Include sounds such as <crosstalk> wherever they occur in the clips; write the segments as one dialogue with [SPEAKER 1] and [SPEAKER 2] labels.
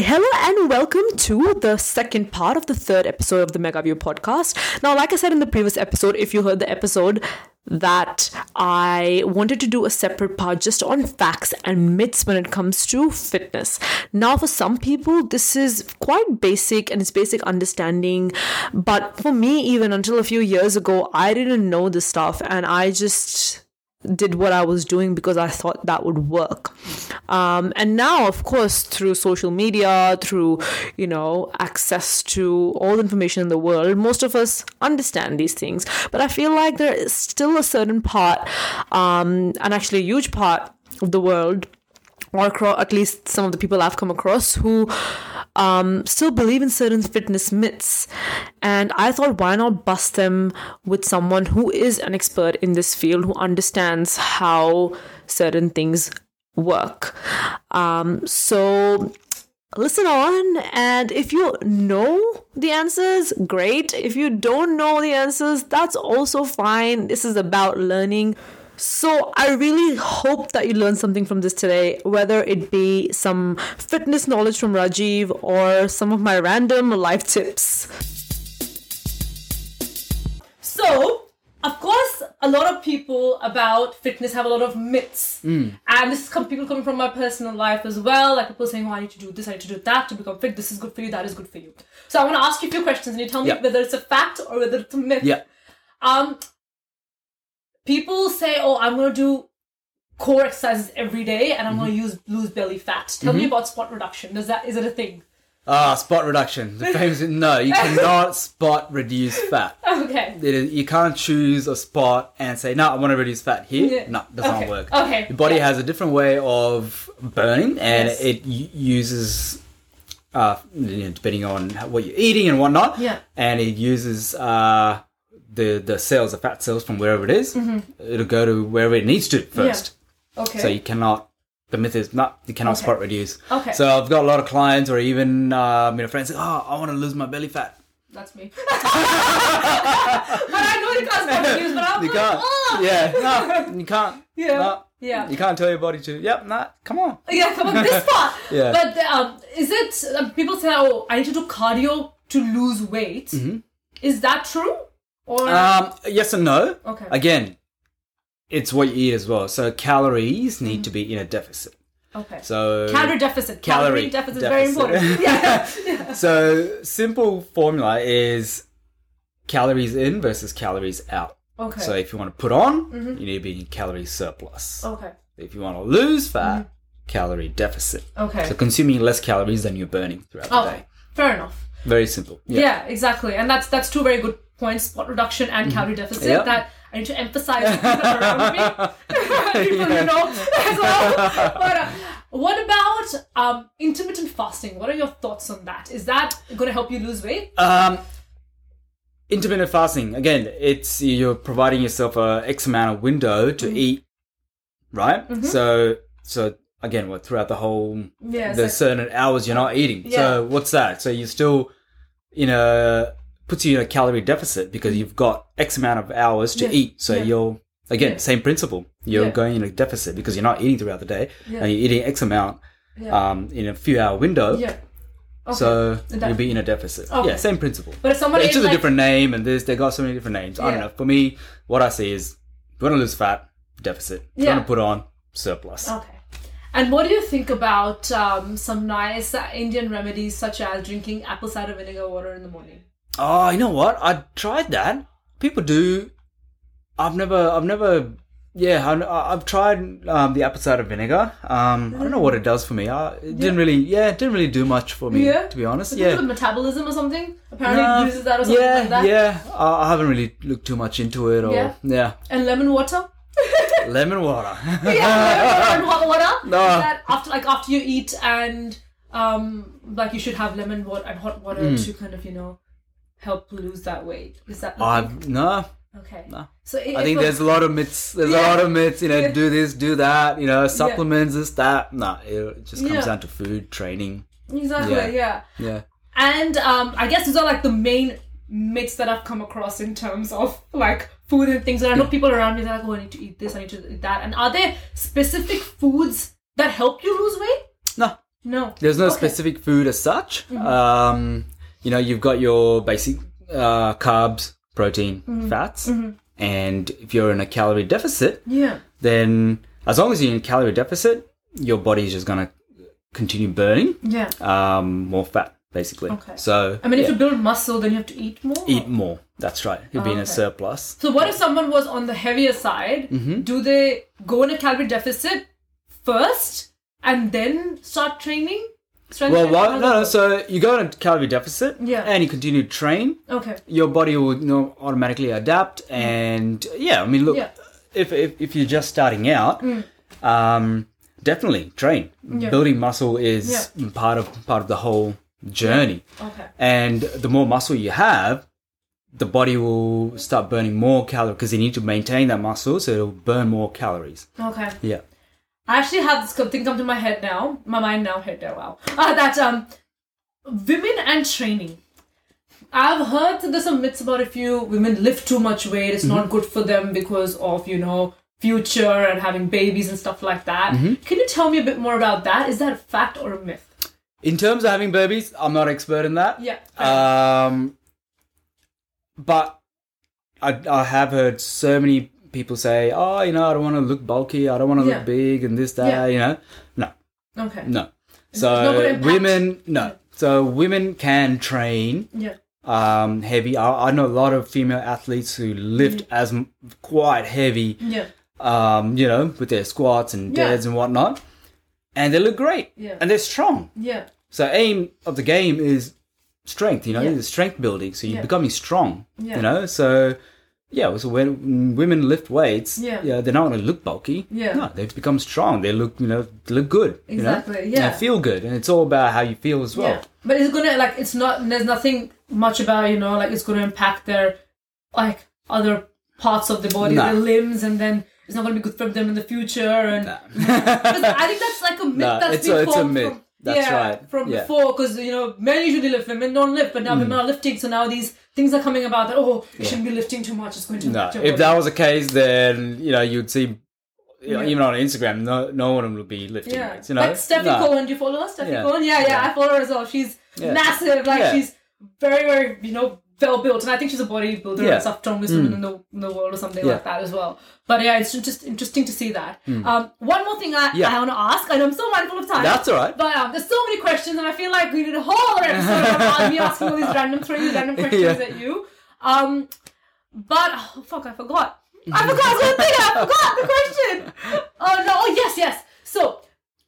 [SPEAKER 1] Hello and welcome to the second part of the third episode of the Megaview podcast. Now, like I said in the previous episode, if you heard the episode, that I wanted to do a separate part just on facts and myths when it comes to fitness. Now, for some people, this is quite basic and it's basic understanding, but for me, even until a few years ago, I didn't know this stuff and I just did what I was doing because I thought that would work. Um, and now, of course, through social media, through, you know, access to all the information in the world, most of us understand these things. But I feel like there is still a certain part, um, and actually a huge part of the world or across, at least some of the people I've come across who um, still believe in certain fitness myths. And I thought, why not bust them with someone who is an expert in this field, who understands how certain things work? Um, so listen on and if you know the answers great if you don't know the answers that's also fine this is about learning so i really hope that you learned something from this today whether it be some fitness knowledge from rajiv or some of my random life tips so of course a lot of people about fitness have a lot of myths
[SPEAKER 2] Hmm.
[SPEAKER 1] and this is com- people coming from my personal life as well like people saying oh i need to do this i need to do that to become fit this is good for you that is good for you so i want to ask you a few questions and you tell me
[SPEAKER 2] Yeah.
[SPEAKER 1] whether it's a fact or whether it's a myth
[SPEAKER 2] Yeah.
[SPEAKER 1] um people say oh i'm going to do core exercises every day and i'm going to use lose belly fat tell me about spot reduction does that is it a thing
[SPEAKER 2] Ah, spot reduction. The famous no, you cannot spot reduce fat.
[SPEAKER 1] okay
[SPEAKER 2] It is, you can't choose a spot and say, no, I want to reduce fat here.
[SPEAKER 1] Yeah.
[SPEAKER 2] No, doesn't
[SPEAKER 1] Okay.
[SPEAKER 2] work.
[SPEAKER 1] Okay.
[SPEAKER 2] Your body
[SPEAKER 1] Yeah.
[SPEAKER 2] has a different way of burning and
[SPEAKER 1] Yes.
[SPEAKER 2] it u- uses, uh, you know, depending on how- what you're eating and whatnot.
[SPEAKER 1] Yeah.
[SPEAKER 2] And it uses, uh, the, the cells, the fat cells from wherever it is.
[SPEAKER 1] Mm-hmm.
[SPEAKER 2] it'll go to wherever it needs to first.
[SPEAKER 1] okay
[SPEAKER 2] So you cannot. The myth is not you cannot
[SPEAKER 1] Okay.
[SPEAKER 2] spot reduce.
[SPEAKER 1] Okay.
[SPEAKER 2] So I've got a lot of clients or even um, you know friends. Say, oh, I want to lose my belly fat.
[SPEAKER 1] that's me <laughs> but i know you can't spot reduce but i'm
[SPEAKER 2] You
[SPEAKER 1] like
[SPEAKER 2] can't.
[SPEAKER 1] oh
[SPEAKER 2] Yeah. No, you can't.
[SPEAKER 1] <laughs> Yeah.
[SPEAKER 2] No.
[SPEAKER 1] Yeah.
[SPEAKER 2] You can't tell your body to. Yep. Nah. Come on.
[SPEAKER 1] Yeah, come on, this part.
[SPEAKER 2] <laughs> Yeah.
[SPEAKER 1] But um, is it um, people say, "Oh, I need to do cardio to lose weight."
[SPEAKER 2] Mm-hmm.
[SPEAKER 1] Is that true? Or
[SPEAKER 2] Um, yes and no.
[SPEAKER 1] Okay.
[SPEAKER 2] Again, it's what you eat as well. So calories need to be in a deficit.
[SPEAKER 1] okay,
[SPEAKER 2] So
[SPEAKER 1] Mm-hmm. calorie deficit.
[SPEAKER 2] Calorie
[SPEAKER 1] deficit is very
[SPEAKER 2] deficit. <laughs>
[SPEAKER 1] important. yeah.
[SPEAKER 2] So simple formula is calories in versus calories out.
[SPEAKER 1] Okay. Mm-hmm.
[SPEAKER 2] So if you want to put on, you need to be in calorie surplus.
[SPEAKER 1] okay.
[SPEAKER 2] If you want to lose fat, calorie deficit.
[SPEAKER 1] Mm-hmm. Okay.
[SPEAKER 2] So consuming less calories than you're burning throughout the
[SPEAKER 1] oh,
[SPEAKER 2] day.
[SPEAKER 1] fair enough.
[SPEAKER 2] Very simple.
[SPEAKER 1] Yeah. exactly. And that's that's two very good points: spot reduction and calorie deficit.
[SPEAKER 2] Mm-hmm. Yeah.
[SPEAKER 1] That I need to emphasize to people around me, <laughs> people you know as well. But uh, what about um, intermittent fasting? What are your thoughts on that? Is that going to help you lose weight?
[SPEAKER 2] Um, intermittent fasting. Again, it's you're providing yourself a x amount of window to
[SPEAKER 1] Mm-hmm.
[SPEAKER 2] eat, right? So so again, what throughout the whole
[SPEAKER 1] Yeah,
[SPEAKER 2] there's
[SPEAKER 1] so-
[SPEAKER 2] certain hours you're not eating.
[SPEAKER 1] Yeah.
[SPEAKER 2] So what's that? So you're still in a puts you in a calorie deficit because you've got x amount of hours to
[SPEAKER 1] Yeah.
[SPEAKER 2] eat. So
[SPEAKER 1] Yeah.
[SPEAKER 2] you're again
[SPEAKER 1] Yeah.
[SPEAKER 2] same principle. You're
[SPEAKER 1] Yeah.
[SPEAKER 2] going in a deficit because you're not eating throughout the day,
[SPEAKER 1] Yeah.
[SPEAKER 2] and you're eating x amount
[SPEAKER 1] Yeah.
[SPEAKER 2] um, in a few hour window.
[SPEAKER 1] yeah. Okay.
[SPEAKER 2] So
[SPEAKER 1] That-
[SPEAKER 2] you'll be in a deficit.
[SPEAKER 1] Okay.
[SPEAKER 2] Yeah, same principle.
[SPEAKER 1] but if someone
[SPEAKER 2] It's
[SPEAKER 1] is
[SPEAKER 2] just
[SPEAKER 1] like,
[SPEAKER 2] a different name, and there's they got so many different names. I don't
[SPEAKER 1] Yeah.
[SPEAKER 2] know. For me, what I see is you want to lose fat, deficit. You
[SPEAKER 1] Yeah. Oh.
[SPEAKER 2] want to put on surplus.
[SPEAKER 1] Okay. And what do you think about um, some nice uh, Indian remedies such as drinking apple cider vinegar water in the morning?
[SPEAKER 2] Oh, you know what? I tried that. People do. I've never. I've never. Yeah, I, I've tried um, the apple cider vinegar. Um, I don't know what it does for me. I, it didn't really. Yeah, it didn't really do much for me.
[SPEAKER 1] Yeah?
[SPEAKER 2] To be honest.
[SPEAKER 1] Is
[SPEAKER 2] yeah.
[SPEAKER 1] it metabolism or something? Apparently
[SPEAKER 2] Uh,
[SPEAKER 1] it uses that or something
[SPEAKER 2] yeah,
[SPEAKER 1] like that.
[SPEAKER 2] yeah. I, I haven't really looked too much into it. Or
[SPEAKER 1] Yeah?
[SPEAKER 2] yeah.
[SPEAKER 1] And lemon water?
[SPEAKER 2] lemon water. <laughs>
[SPEAKER 1] <laughs> yeah, lemon water and hot water.
[SPEAKER 2] No.
[SPEAKER 1] Is that after like after you eat and um like you should have lemon water and hot water
[SPEAKER 2] Hmm.
[SPEAKER 1] to kind of, you know, help lose that weight. Is that the thing?
[SPEAKER 2] I've no.
[SPEAKER 1] okay.
[SPEAKER 2] no.
[SPEAKER 1] So it,
[SPEAKER 2] I think there's a lot of myths. There's
[SPEAKER 1] Yeah.
[SPEAKER 2] a lot of myths. You know,
[SPEAKER 1] Yeah.
[SPEAKER 2] do this, do that. You know, supplements, this, that. No, it just comes
[SPEAKER 1] Yeah.
[SPEAKER 2] down to food, training.
[SPEAKER 1] Exactly,
[SPEAKER 2] Yeah.
[SPEAKER 1] yeah.
[SPEAKER 2] Yeah.
[SPEAKER 1] And um, I guess these are like the main myths that I've come across in terms of like food and things. And I know people around me they're like, oh, I need to eat this, I need to eat that. And are there specific foods that help you lose weight?
[SPEAKER 2] No,
[SPEAKER 1] No.
[SPEAKER 2] There's no
[SPEAKER 1] Okay.
[SPEAKER 2] specific food as such. Um, you know, you've got your basic uh, carbs, protein, fats, and if you're in a calorie deficit,
[SPEAKER 1] Yeah.
[SPEAKER 2] then as long as you're in a calorie deficit, your body's just gonna continue burning
[SPEAKER 1] Yeah.
[SPEAKER 2] um, more fat, basically.
[SPEAKER 1] Okay.
[SPEAKER 2] So
[SPEAKER 3] I mean, if
[SPEAKER 2] yeah,
[SPEAKER 3] you build muscle, then you have to eat more.
[SPEAKER 2] eat more. That's right. You'll be in a
[SPEAKER 3] Okay.
[SPEAKER 2] surplus.
[SPEAKER 3] So, what if someone was on the heavier side?
[SPEAKER 2] Mm-hmm.
[SPEAKER 3] Do they go in a calorie deficit first and then start training? Strength
[SPEAKER 2] Well,
[SPEAKER 3] training?
[SPEAKER 2] why, no, no, so you go in a calorie deficit,
[SPEAKER 3] Yeah.
[SPEAKER 2] and you continue to train.
[SPEAKER 3] Okay.
[SPEAKER 2] your body will you know, automatically adapt and yeah i mean look
[SPEAKER 3] Mm. Yeah. Mm.
[SPEAKER 2] if, if if you're just starting out um definitely train building muscle is part of part of the whole journey
[SPEAKER 3] Okay.
[SPEAKER 2] and the more muscle you have the body will start burning more calories because you need to maintain that muscle so it'll burn more calories
[SPEAKER 3] Okay.
[SPEAKER 2] yeah
[SPEAKER 3] I actually had this co- thing come to my head now, my mind now head there. Wow, uh, that um, women and training. I've heard that there's some myths about if you women lift too much weight, it's not
[SPEAKER 2] Mm-hmm.
[SPEAKER 3] good for them because of you know future and having babies and stuff like that.
[SPEAKER 2] Mm-hmm.
[SPEAKER 3] Can you tell me a bit more about that? Is that a fact or a myth?
[SPEAKER 2] in terms of having babies i'm not expert in that
[SPEAKER 3] Yeah.
[SPEAKER 2] Um, but I, I have heard so many people say, oh, you know, I don't want to look bulky, I don't want to
[SPEAKER 3] Yeah.
[SPEAKER 2] look big, and this, that,
[SPEAKER 3] Yeah.
[SPEAKER 2] you know. No,
[SPEAKER 3] Okay.
[SPEAKER 2] no.
[SPEAKER 3] not gonna
[SPEAKER 2] So
[SPEAKER 3] impact.
[SPEAKER 2] women, no. So women can train
[SPEAKER 3] Yeah.
[SPEAKER 2] um, heavy. I, I know a lot of female athletes who lift
[SPEAKER 3] Mm.
[SPEAKER 2] as m- quite heavy,
[SPEAKER 3] Yeah.
[SPEAKER 2] um, you know, with their squats and
[SPEAKER 3] Yeah.
[SPEAKER 2] deads and whatnot, and they look great
[SPEAKER 3] Yeah.
[SPEAKER 2] and they're strong.
[SPEAKER 3] Yeah.
[SPEAKER 2] So aim of the game is strength, you know,
[SPEAKER 3] Yeah.
[SPEAKER 2] it's strength building. So you're
[SPEAKER 3] Yeah.
[SPEAKER 2] becoming strong,
[SPEAKER 3] Yeah.
[SPEAKER 2] you know. So yeah, so when mm, women lift weights,
[SPEAKER 3] Yeah.
[SPEAKER 2] they're not going to look bulky.
[SPEAKER 3] Yeah.
[SPEAKER 2] no, they become strong. They look, you know, look good.
[SPEAKER 3] Exactly,
[SPEAKER 2] You know?
[SPEAKER 3] yeah.
[SPEAKER 2] and feel good, and it's all about how you feel as well.
[SPEAKER 3] Yeah. But it's gonna like it's not there's nothing much about, you know, like it's gonna impact their like other parts of the body,
[SPEAKER 2] Nah.
[SPEAKER 3] their limbs and then it's not gonna be good for them in the future and <laughs> Because I think that's like a myth
[SPEAKER 2] Nah,
[SPEAKER 3] that's
[SPEAKER 2] it's
[SPEAKER 3] been
[SPEAKER 2] a- it's a
[SPEAKER 3] formed
[SPEAKER 2] myth.
[SPEAKER 3] from
[SPEAKER 2] That's
[SPEAKER 3] yeah,
[SPEAKER 2] right.
[SPEAKER 3] from
[SPEAKER 2] Yeah. Mm.
[SPEAKER 3] before because you know men usually lift, women don't lift, but now women are lifting, so now these things are coming about that oh you shouldn't be lifting too much, it's going to
[SPEAKER 2] No,
[SPEAKER 3] impact your
[SPEAKER 2] if
[SPEAKER 3] body.
[SPEAKER 2] that was the case, then you know you'd see. You know,
[SPEAKER 3] Yeah.
[SPEAKER 2] Even on Instagram, no, no one would be lifting
[SPEAKER 3] Yeah.
[SPEAKER 2] weights. You know,
[SPEAKER 3] like Steffi
[SPEAKER 2] No.
[SPEAKER 3] Cohen, do you follow her? Steffi
[SPEAKER 2] Yeah.
[SPEAKER 3] Cohen? Yeah, yeah,
[SPEAKER 2] Yeah.
[SPEAKER 3] I follow her as well. She's
[SPEAKER 2] Yeah.
[SPEAKER 3] massive, like
[SPEAKER 2] Yeah.
[SPEAKER 3] she's very, very, you know, well built. And I think she's a bodybuilder
[SPEAKER 2] Yeah. Mm.
[SPEAKER 3] and stuff, strongest woman in the, in the world or something
[SPEAKER 2] Yeah. Mm.
[SPEAKER 3] like that as well. But yeah, it's just interesting to see that. Um, one more thing I,
[SPEAKER 2] Yeah.
[SPEAKER 3] I want to ask, and I'm so mindful of time.
[SPEAKER 2] That's all right.
[SPEAKER 3] But um, there's so many questions, and I feel like we did a whole other episode about
[SPEAKER 2] <laughs>
[SPEAKER 3] me asking all these random, throwing these random questions
[SPEAKER 2] Yeah.
[SPEAKER 3] at you. Um, but oh, fuck, I forgot. I forgot. I was gonna think. I forgot the
[SPEAKER 2] <laughs>
[SPEAKER 3] question. Oh no! Oh yes, yes. So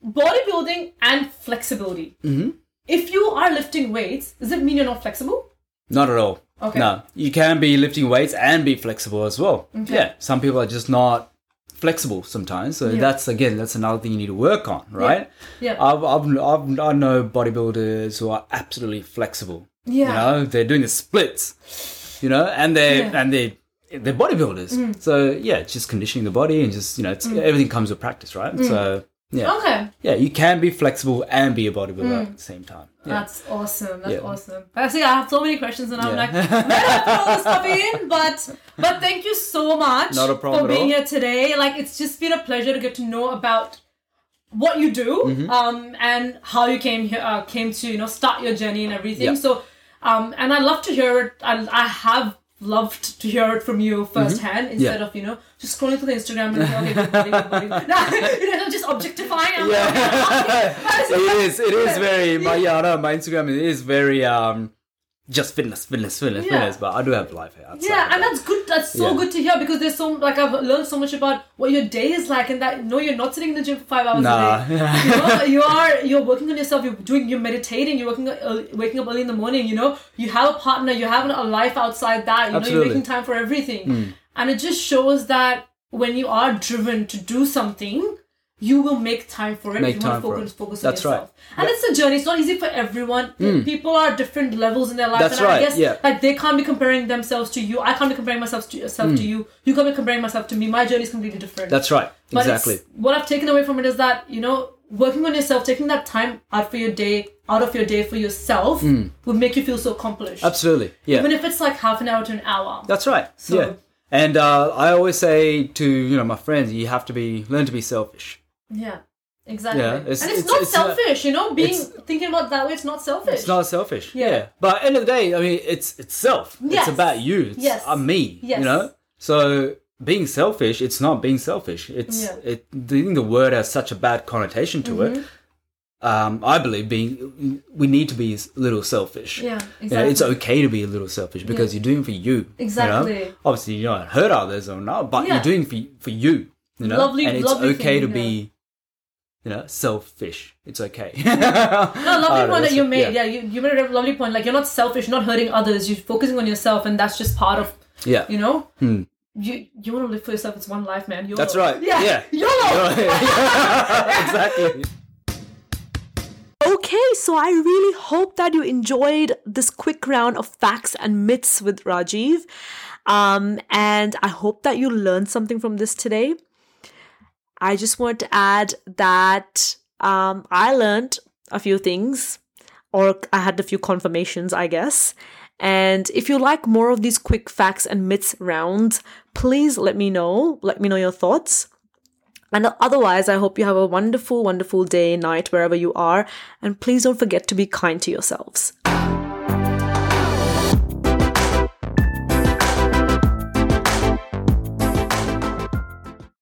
[SPEAKER 3] bodybuilding and flexibility. Mm-hmm. If you are lifting weights, does it mean you're not flexible?
[SPEAKER 2] Not at all.
[SPEAKER 3] Okay.
[SPEAKER 2] No, you can be lifting weights and be flexible as well. Yeah, some people are just not flexible sometimes. So that's again, that's another thing you need to work on, right?
[SPEAKER 3] Yeah.
[SPEAKER 2] I've, I've, I've, I know bodybuilders who are absolutely flexible.
[SPEAKER 3] Yeah.
[SPEAKER 2] You know, they're doing the splits. You know, and they
[SPEAKER 3] Yeah. Mm.
[SPEAKER 2] and they they're bodybuilders. So yeah, it's just conditioning the body and just you know, it's, everything comes with practice, right?
[SPEAKER 3] Mm.
[SPEAKER 2] So yeah,
[SPEAKER 3] Okay.
[SPEAKER 2] yeah, you can be flexible and be a bodybuilder
[SPEAKER 3] Mm.
[SPEAKER 2] at the same time. Yeah.
[SPEAKER 3] That's awesome. That's
[SPEAKER 2] Yeah.
[SPEAKER 3] awesome. I see. I have so many questions, and I'm
[SPEAKER 2] Yeah.
[SPEAKER 3] like, where do I put all this stuff in? But but thank you so much
[SPEAKER 2] Not a problem
[SPEAKER 3] for
[SPEAKER 2] at
[SPEAKER 3] being
[SPEAKER 2] all.
[SPEAKER 3] here today. Like it's just been a pleasure to get to know about what you do,
[SPEAKER 2] Mm-hmm.
[SPEAKER 3] um, and how you came here, uh, came to you know start your journey and everything.
[SPEAKER 2] Yeah.
[SPEAKER 3] So, um, and I love to hear it. I I have loved to hear it from you
[SPEAKER 2] Mm-hmm.
[SPEAKER 3] firsthand instead of you know just scrolling through the Instagram and okay, good body, good body. <laughs> No, you know, just objectifying. I'm like,
[SPEAKER 2] Yeah. it is. It
[SPEAKER 3] <laughs>
[SPEAKER 2] is very. My yeah, I know my Instagram is very um, just fitness, fitness, fitness,
[SPEAKER 3] Yeah.
[SPEAKER 2] fitness. But I do have life outside.
[SPEAKER 3] Yeah, and
[SPEAKER 2] of
[SPEAKER 3] that's good. That's so
[SPEAKER 2] Yeah.
[SPEAKER 3] good to hear because there's so like I've learned so much about what your day is like, and that no, you're not sitting in the gym for five hours
[SPEAKER 2] that. <laughs>
[SPEAKER 3] a day.
[SPEAKER 2] nah.
[SPEAKER 3] You know, you are you're working on yourself. You're doing you're meditating. You're working early, waking up early in the morning. You know, you have a partner. You have a life outside that. You know,
[SPEAKER 2] Absolutely. Hmm.
[SPEAKER 3] you're making time for everything, and it just shows that when you are driven to do something. You will make time for it
[SPEAKER 2] Make
[SPEAKER 3] if you want
[SPEAKER 2] time
[SPEAKER 3] to
[SPEAKER 2] for
[SPEAKER 3] focus,
[SPEAKER 2] it.
[SPEAKER 3] focus
[SPEAKER 2] That's
[SPEAKER 3] on
[SPEAKER 2] right. Hmm.
[SPEAKER 3] yourself. And it's a journey. It's not easy for everyone. People are at different levels in their life.
[SPEAKER 2] That's
[SPEAKER 3] and I
[SPEAKER 2] right,
[SPEAKER 3] guess
[SPEAKER 2] yeah.
[SPEAKER 3] like they can't be comparing themselves to you. I can't be comparing myself to yourself
[SPEAKER 2] Hmm.
[SPEAKER 3] to you. You can't be comparing myself to me. My journey is completely different.
[SPEAKER 2] That's right.
[SPEAKER 3] But it's-
[SPEAKER 2] exactly.
[SPEAKER 3] What I've taken away from it is that you know working on yourself, taking that time out for your day, out of your day for yourself,
[SPEAKER 2] Hmm.
[SPEAKER 3] will make you feel so accomplished.
[SPEAKER 2] Absolutely. Yeah.
[SPEAKER 3] Even if it's like half an hour to an hour.
[SPEAKER 2] That's right.
[SPEAKER 3] So-
[SPEAKER 2] yeah. And uh, I always say to you know my friends, you have to be learn to be selfish.
[SPEAKER 3] yeah. Exactly.
[SPEAKER 2] Yeah, it's-
[SPEAKER 3] and it's,
[SPEAKER 2] it's-
[SPEAKER 3] not
[SPEAKER 2] it's, uh,
[SPEAKER 3] selfish, you know, being
[SPEAKER 2] it's-
[SPEAKER 3] thinking about that way, it's not selfish.
[SPEAKER 2] It's not selfish.
[SPEAKER 3] Yeah.
[SPEAKER 2] Yeah. But end of the day, I mean, it's itself.
[SPEAKER 3] Yes.
[SPEAKER 2] It's about you. It's
[SPEAKER 3] Yes.
[SPEAKER 2] uh, me.
[SPEAKER 3] Yes.
[SPEAKER 2] You know. So being selfish, it's not being selfish. It's
[SPEAKER 3] Yeah. Mm-hmm.
[SPEAKER 2] it. I think the word has such a bad connotation to it. Um, I believe being we need to be a little selfish.
[SPEAKER 3] yeah,
[SPEAKER 2] You know,
[SPEAKER 3] exactly.
[SPEAKER 2] it's okay to be a little selfish because you're doing for you. you know?
[SPEAKER 3] Exactly.
[SPEAKER 2] Obviously, you don't hurt others or not, but
[SPEAKER 3] Yeah.
[SPEAKER 2] you're doing for for you. You know,
[SPEAKER 3] Lovely-
[SPEAKER 2] and it's
[SPEAKER 3] lovely
[SPEAKER 2] okay
[SPEAKER 3] thing,
[SPEAKER 2] to
[SPEAKER 3] yeah.
[SPEAKER 2] be, you know, selfish. It's okay. <laughs>
[SPEAKER 3] No, lovely
[SPEAKER 2] Oh,
[SPEAKER 3] point that
[SPEAKER 2] that's
[SPEAKER 3] you
[SPEAKER 2] it.
[SPEAKER 3] made. Yeah, you, you made a lovely point. Like you're not selfish, you're not hurting others. You're focusing on yourself, and that's just part of
[SPEAKER 2] yeah.
[SPEAKER 3] you know.
[SPEAKER 2] Hmm.
[SPEAKER 3] You you want to live for yourself. It's one life, man. YOLO.
[SPEAKER 2] That's right.
[SPEAKER 3] Yeah.
[SPEAKER 2] Yeah.
[SPEAKER 3] YOLO.
[SPEAKER 2] <laughs> exactly.
[SPEAKER 1] Okay, so I really hope that you enjoyed this quick round of facts and myths with Rajiv. Um, and I hope that you learned something from this today. I just want to add that um, I learned a few things, or I had a few confirmations, I guess. And if you like more of these quick facts and myths rounds, please let me know. Let me know your thoughts. And otherwise, I hope you have a wonderful, wonderful day, night, wherever you are. And please don't forget to be kind to yourselves.